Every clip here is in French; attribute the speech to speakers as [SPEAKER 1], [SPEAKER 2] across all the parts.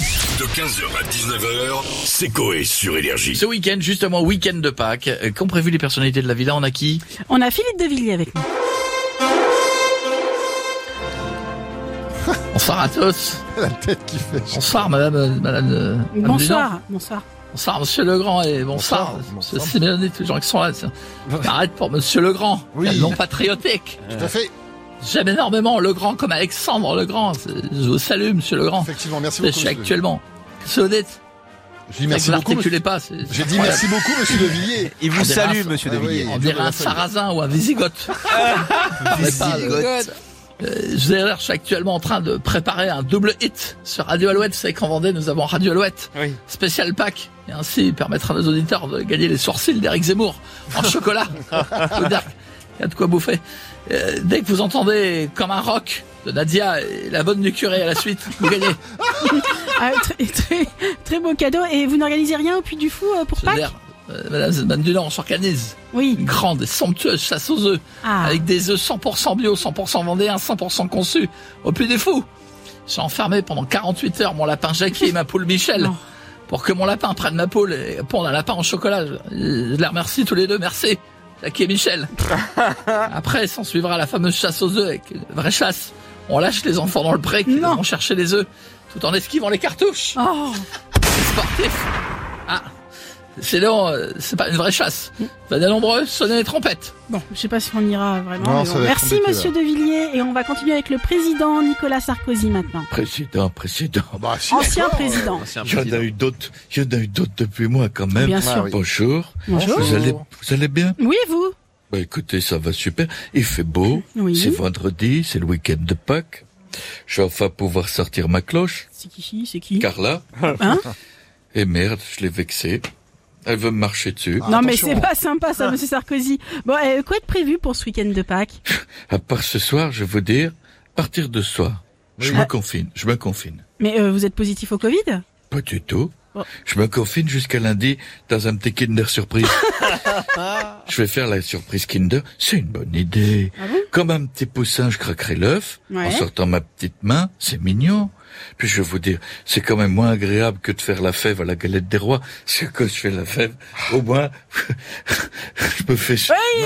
[SPEAKER 1] De 15h à 19h, c'est Coé sur Énergie.
[SPEAKER 2] Ce week-end, justement, week-end de Pâques, euh, qu'ont prévu les personnalités de la villa On a qui
[SPEAKER 3] On a Philippe de Villiers avec nous.
[SPEAKER 2] Bonsoir à tous.
[SPEAKER 4] La tête qui fait.
[SPEAKER 2] Bonsoir, madame. euh, madame, euh, madame Dunant.
[SPEAKER 3] Bonsoir, bonsoir.
[SPEAKER 2] Bonsoir, monsieur Legrand. Et bonsoir, Euh,
[SPEAKER 4] Bonsoir,
[SPEAKER 2] monsieur
[SPEAKER 4] bonsoir.
[SPEAKER 2] Simeoni, tous les gens qui sont là. tiens. Arrête pour monsieur Legrand.
[SPEAKER 4] Oui.
[SPEAKER 2] Quel nom patriotique.
[SPEAKER 4] Tout à fait,
[SPEAKER 2] J'aime énormément Legrand comme Alexandre Legrand. C'est- Je vous salue, monsieur Legrand.
[SPEAKER 4] effectivement. Merci
[SPEAKER 2] Je
[SPEAKER 4] beaucoup.
[SPEAKER 2] suis
[SPEAKER 4] monsieur.
[SPEAKER 2] actuellement. Sonnette.
[SPEAKER 4] J'ai dit merci
[SPEAKER 2] vous
[SPEAKER 4] beaucoup. monsieur.
[SPEAKER 2] n'articulez pas. c'est-
[SPEAKER 4] J'ai dit merci beaucoup, monsieur De Villiers.
[SPEAKER 5] Il
[SPEAKER 2] On
[SPEAKER 5] vous
[SPEAKER 2] débarrasse.
[SPEAKER 5] salue, monsieur
[SPEAKER 4] Ah
[SPEAKER 5] De
[SPEAKER 4] oui.
[SPEAKER 5] Villiers.
[SPEAKER 2] On dirait un sarrasin ou un visigoth. Mais pas le- Euh, Je d'ailleurs, je suis actuellement en train de préparer un double hit sur Radio Alouette. Vous savez qu'en Vendée, nous avons Radio Alouette,
[SPEAKER 5] Oui.
[SPEAKER 2] spécial pack, et ainsi permettre à nos auditeurs de gagner les sourcils d'Éric Zemmour en chocolat. Faut dire qu'il y a de quoi bouffer. Euh, dès que vous entendez comme un rock de Nadia et la bonne du curé à la suite, vous gagnez.
[SPEAKER 3] Ah, très, très, très beau cadeau. Et vous n'organisez rien au Puy du Fou euh, pour
[SPEAKER 2] Je veux
[SPEAKER 3] Pâques
[SPEAKER 2] dire, euh, Madame Madame Dunant s'organise.
[SPEAKER 3] Oui.
[SPEAKER 2] Une grande et somptueuse chasse aux œufs.
[SPEAKER 3] Ah,
[SPEAKER 2] avec des œufs 100% bio, 100% vendéen, 100% conçus, au plus des fous. J'ai enfermé pendant 48 heures mon lapin Jackie et ma poule Michel
[SPEAKER 3] Non.
[SPEAKER 2] pour que mon lapin prenne ma poule et pond un lapin en chocolat. Je- Je les remercie tous les deux, merci. Jackie et Michel. Après, s'en suivra la fameuse chasse aux œufs avec une vraie chasse. On lâche les enfants dans le pré qui
[SPEAKER 3] Non.
[SPEAKER 2] vont chercher les œufs tout en esquivant les cartouches.
[SPEAKER 3] oh,
[SPEAKER 2] Sportif. Ah. Sinon, euh, c'est pas une vraie chasse.
[SPEAKER 3] Mm.
[SPEAKER 2] Vous êtes nombreux, sonnez les trompettes.
[SPEAKER 3] bon, je sais pas si on ira vraiment.
[SPEAKER 4] Non,
[SPEAKER 3] mais
[SPEAKER 4] ça
[SPEAKER 3] bon.
[SPEAKER 4] va être
[SPEAKER 3] Merci,
[SPEAKER 4] compliqué,
[SPEAKER 3] monsieur De Villiers. Et on va continuer avec le président Nicolas Sarkozy maintenant.
[SPEAKER 6] Président, président.
[SPEAKER 4] Ah bah, si,
[SPEAKER 3] Ancien
[SPEAKER 4] d'accord.
[SPEAKER 3] président.
[SPEAKER 6] Il y en a eu d'autres, il y en a eu d'autres depuis moi quand même.
[SPEAKER 3] Bien sûr.
[SPEAKER 4] Eh ben oui.
[SPEAKER 6] Bonjour.
[SPEAKER 3] Bonjour.
[SPEAKER 6] Vous allez, vous allez bien?
[SPEAKER 3] Oui, vous
[SPEAKER 6] Bah, écoutez, ça va super. Il fait beau.
[SPEAKER 3] Oui.
[SPEAKER 6] C'est vendredi, c'est le week-end de Pâques. Je vais enfin pouvoir sortir ma cloche,
[SPEAKER 3] C'est qui C'est qui
[SPEAKER 6] Carla.
[SPEAKER 3] Hein
[SPEAKER 6] Et merde, je l'ai vexée. Elle veut me marcher dessus.
[SPEAKER 3] Non, mais
[SPEAKER 4] Attention.
[SPEAKER 3] c'est pas sympa ça, monsieur Sarkozy. Bon, euh, quoi de prévu pour ce week-end de Pâques
[SPEAKER 6] À part ce soir, je vais vous dire, à partir de ce soir, je
[SPEAKER 4] Oui.
[SPEAKER 6] me confine, je me confine.
[SPEAKER 3] Mais euh, vous êtes positif au Covid
[SPEAKER 6] Pas du tout.
[SPEAKER 3] Oh.
[SPEAKER 6] Je me confine jusqu'à lundi dans un petit Kinder surprise. je vais faire la surprise Kinder. C'est une bonne idée.
[SPEAKER 3] Ah bon
[SPEAKER 6] Comme un petit poussin, je craquerai l'œuf
[SPEAKER 3] Ouais.
[SPEAKER 6] en sortant ma petite main. C'est mignon. Puis je vais vous dire, c'est quand même moins agréable que de faire la fève à la galette des rois. Parce que quand je fais la fève, au moins, je me fais...
[SPEAKER 3] Oui, Ah,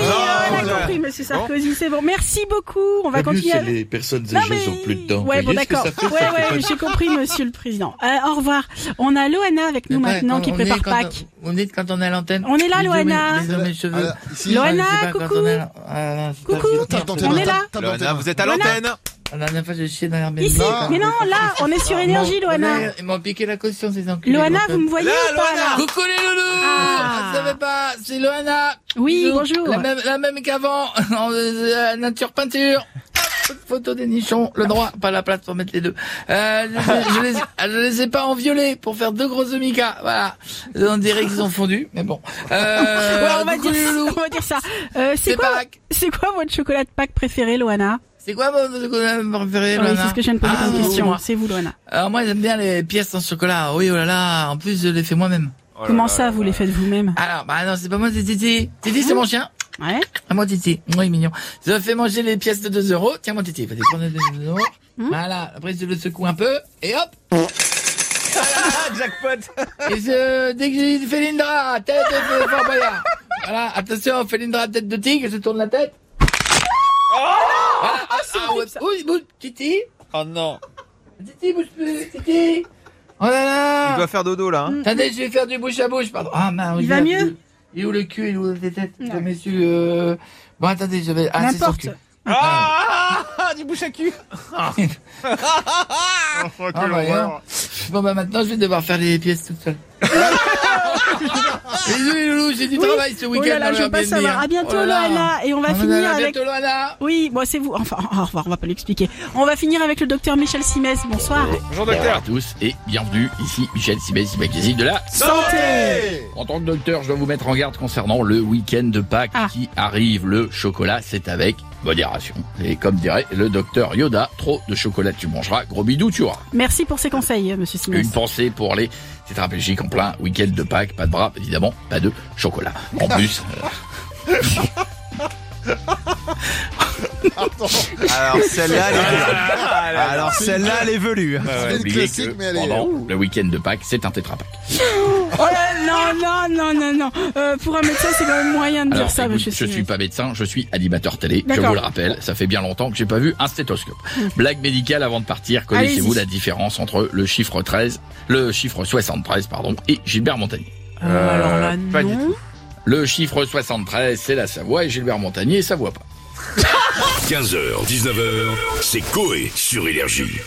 [SPEAKER 3] on a
[SPEAKER 4] voilà.
[SPEAKER 3] compris, monsieur Sarkozy, c'est bon. Merci beaucoup. On va
[SPEAKER 6] Le mieux,
[SPEAKER 3] continuer.
[SPEAKER 6] c'est
[SPEAKER 3] à-
[SPEAKER 6] les personnes
[SPEAKER 3] Non,
[SPEAKER 6] âgées
[SPEAKER 3] mais-
[SPEAKER 6] ont plus dedans.
[SPEAKER 3] Ouais,
[SPEAKER 6] Vous
[SPEAKER 3] bon,
[SPEAKER 6] voyez ce que
[SPEAKER 3] d'accord.
[SPEAKER 6] ça fait, ça
[SPEAKER 3] Ouais,
[SPEAKER 6] fait pas
[SPEAKER 3] ouais, j'ai compris, monsieur le président. Euh, au revoir. On a Loana avec nous maintenant qui prépare Pâques.
[SPEAKER 7] Vous me dites quand on est à l'antenne
[SPEAKER 3] On est là,
[SPEAKER 7] Désolé,
[SPEAKER 3] Loana.
[SPEAKER 7] désolé, mes
[SPEAKER 4] Ah,
[SPEAKER 7] cheveux.
[SPEAKER 4] là, ici.
[SPEAKER 7] Ah, je
[SPEAKER 3] Loana,
[SPEAKER 7] sais pas quand
[SPEAKER 3] coucou.
[SPEAKER 7] on est Ah, à la- à la-
[SPEAKER 3] Coucou.
[SPEAKER 4] Tape dans tes
[SPEAKER 3] On
[SPEAKER 4] mains,
[SPEAKER 3] est là.
[SPEAKER 4] tape dans tes
[SPEAKER 5] Loana,
[SPEAKER 4] mains.
[SPEAKER 5] vous êtes à
[SPEAKER 3] Loana.
[SPEAKER 5] l'antenne.
[SPEAKER 7] La dernière fois, je chiais dans l'herbe.
[SPEAKER 3] Ici,
[SPEAKER 4] Non.
[SPEAKER 3] mais non, là, on est sur énergie, Loana.
[SPEAKER 7] Ah, Ils m'ont piqué la caution, ces enculés.
[SPEAKER 3] Loana,
[SPEAKER 7] Enfin,
[SPEAKER 3] vous me voyez
[SPEAKER 5] Là,
[SPEAKER 3] ou pas là
[SPEAKER 7] Coucou les loulous
[SPEAKER 3] Ah.
[SPEAKER 7] Vous savez pas, c'est Loana
[SPEAKER 3] Oui,
[SPEAKER 7] Bisous.
[SPEAKER 3] bonjour.
[SPEAKER 7] La même, la même qu'avant, en, euh, nature peinture Photo des nichons, le droit, pas la place pour mettre les deux. Euh, je, je les, ah, je les ai pas en violet pour faire deux gros omicas. Voilà. On dirait qu'ils ont fondu, mais bon. Euh,
[SPEAKER 3] Ouais, on, va
[SPEAKER 7] coucou
[SPEAKER 3] dire,
[SPEAKER 7] les loulous.
[SPEAKER 3] on va dire ça. Euh, c'est
[SPEAKER 7] C'est
[SPEAKER 3] quoi,
[SPEAKER 7] Barack.
[SPEAKER 3] c'est quoi votre chocolat de Pâques préféré, Loana
[SPEAKER 7] C'est quoi votre chocolat préféré,
[SPEAKER 3] Oui,
[SPEAKER 7] Loana
[SPEAKER 3] c'est ce que je viens de poser
[SPEAKER 7] Ah,
[SPEAKER 3] comme
[SPEAKER 7] c'est
[SPEAKER 3] question.
[SPEAKER 7] moi.
[SPEAKER 3] C'est vous, Loana.
[SPEAKER 2] Oh
[SPEAKER 7] Alors moi, j'aime bien les pièces en chocolat. Oui, oh là là. En plus, je les fais moi-même.
[SPEAKER 5] Oh
[SPEAKER 3] Comment ça, vous les faites vous-même
[SPEAKER 7] Alors, bah non, c'est pas moi, c'est Titi. Titi, c'est mon chien.
[SPEAKER 3] Ouais.
[SPEAKER 7] À moi, Ah, Titi. Oui, mignon. Je fais manger les pièces de 2 euros. Tiens, mon Titi, vas-y, prends les 2 euros.
[SPEAKER 3] Hein
[SPEAKER 7] Voilà. Après, je le secoue un peu. Et hop.
[SPEAKER 5] Ah, jackpot.
[SPEAKER 7] Et je, dès que j'ai dit Félindra, tête de Fort Boyard. Voilà, attention, Félindra, tête de tigre, je tourne la tête.
[SPEAKER 3] Oh
[SPEAKER 7] Voilà. Ah, ah, ouais. Bouge, bouge, Titi.
[SPEAKER 5] Oh non.
[SPEAKER 7] Titi, bouge plus, Titi. Oh
[SPEAKER 5] Il
[SPEAKER 7] là là
[SPEAKER 5] doit faire dodo là. hein.
[SPEAKER 7] Attendez, je vais faire du bouche à bouche, pardon. Ah, mince,
[SPEAKER 3] Il
[SPEAKER 7] j'ai
[SPEAKER 3] va
[SPEAKER 7] la-
[SPEAKER 3] mieux
[SPEAKER 7] Il est où le cul, il est où les têtes Je
[SPEAKER 3] Ouais.
[SPEAKER 7] mets sur, euh... Bon, attendez, je vais... Ah, c'est son
[SPEAKER 3] N'importe.
[SPEAKER 7] cul.
[SPEAKER 5] Ah, du bouche à cul.
[SPEAKER 7] Ah, bah, alors. Bon, bah, maintenant, je vais devoir faire les pièces toute seule. Bisous, les loulous, j'ai du
[SPEAKER 3] Oui.
[SPEAKER 7] travail ce
[SPEAKER 3] Oh
[SPEAKER 7] week-end. hein.
[SPEAKER 3] là là, je veux pas savoir. À
[SPEAKER 7] Oh
[SPEAKER 3] bientôt,
[SPEAKER 2] Oh
[SPEAKER 3] Loana. Et on va finir
[SPEAKER 7] À
[SPEAKER 3] avec
[SPEAKER 7] bientôt, Loana.
[SPEAKER 3] Oui, bon, c'est vous. Enfin, au revoir, on va pas l'expliquer. On va finir avec le docteur Michel Simès. Bonsoir.
[SPEAKER 5] Bonjour
[SPEAKER 2] Bonjour
[SPEAKER 5] docteur.
[SPEAKER 2] à tous et bienvenue, ici Michel Sibès, du magazine de la
[SPEAKER 4] Santé
[SPEAKER 2] En tant que docteur, je dois vous mettre en garde concernant le week-end de Pâques
[SPEAKER 3] Ah.
[SPEAKER 2] qui arrive. Le chocolat, c'est avec modération. Et comme dirait le docteur Yoda, trop de chocolat tu mangeras, gros bidou tu auras.
[SPEAKER 3] Merci pour ces conseils, euh, monsieur Simès.
[SPEAKER 2] Une pensée pour les tétraplégiques en plein week-end de Pâques, pas de bras, évidemment, pas de chocolat. En plus... euh,
[SPEAKER 5] Alors celle-là, elle est velue. Alors celle-là, elle est velue. hein.
[SPEAKER 4] C'est une
[SPEAKER 2] oubliez
[SPEAKER 4] classique, mais elle est-
[SPEAKER 2] pendant le week-end de Pâques, c'est un tétrapack.
[SPEAKER 3] Oh là, non, non, non, non, non. Euh, pour un médecin, c'est quand même moyen de
[SPEAKER 2] Alors,
[SPEAKER 3] dire ça,
[SPEAKER 2] écoute,
[SPEAKER 3] monsieur.
[SPEAKER 2] je
[SPEAKER 3] Signet.
[SPEAKER 2] suis pas médecin, je suis animateur télé. Je
[SPEAKER 3] D'accord.
[SPEAKER 2] vous le rappelle, ça fait bien longtemps que j'ai pas vu un stéthoscope. Blague médicale avant de partir, connaissez-vous
[SPEAKER 3] Allez-y.
[SPEAKER 2] la différence entre le chiffre 13, le chiffre 73, pardon, et Gilbert Montagnier?
[SPEAKER 3] Euh, alors là,
[SPEAKER 5] pas du
[SPEAKER 3] non.
[SPEAKER 2] Le chiffre 73, c'est la Savoie et Gilbert Montagnier, Savoie pas.
[SPEAKER 1] 15h, 19h, c'est Coé sur Énergie.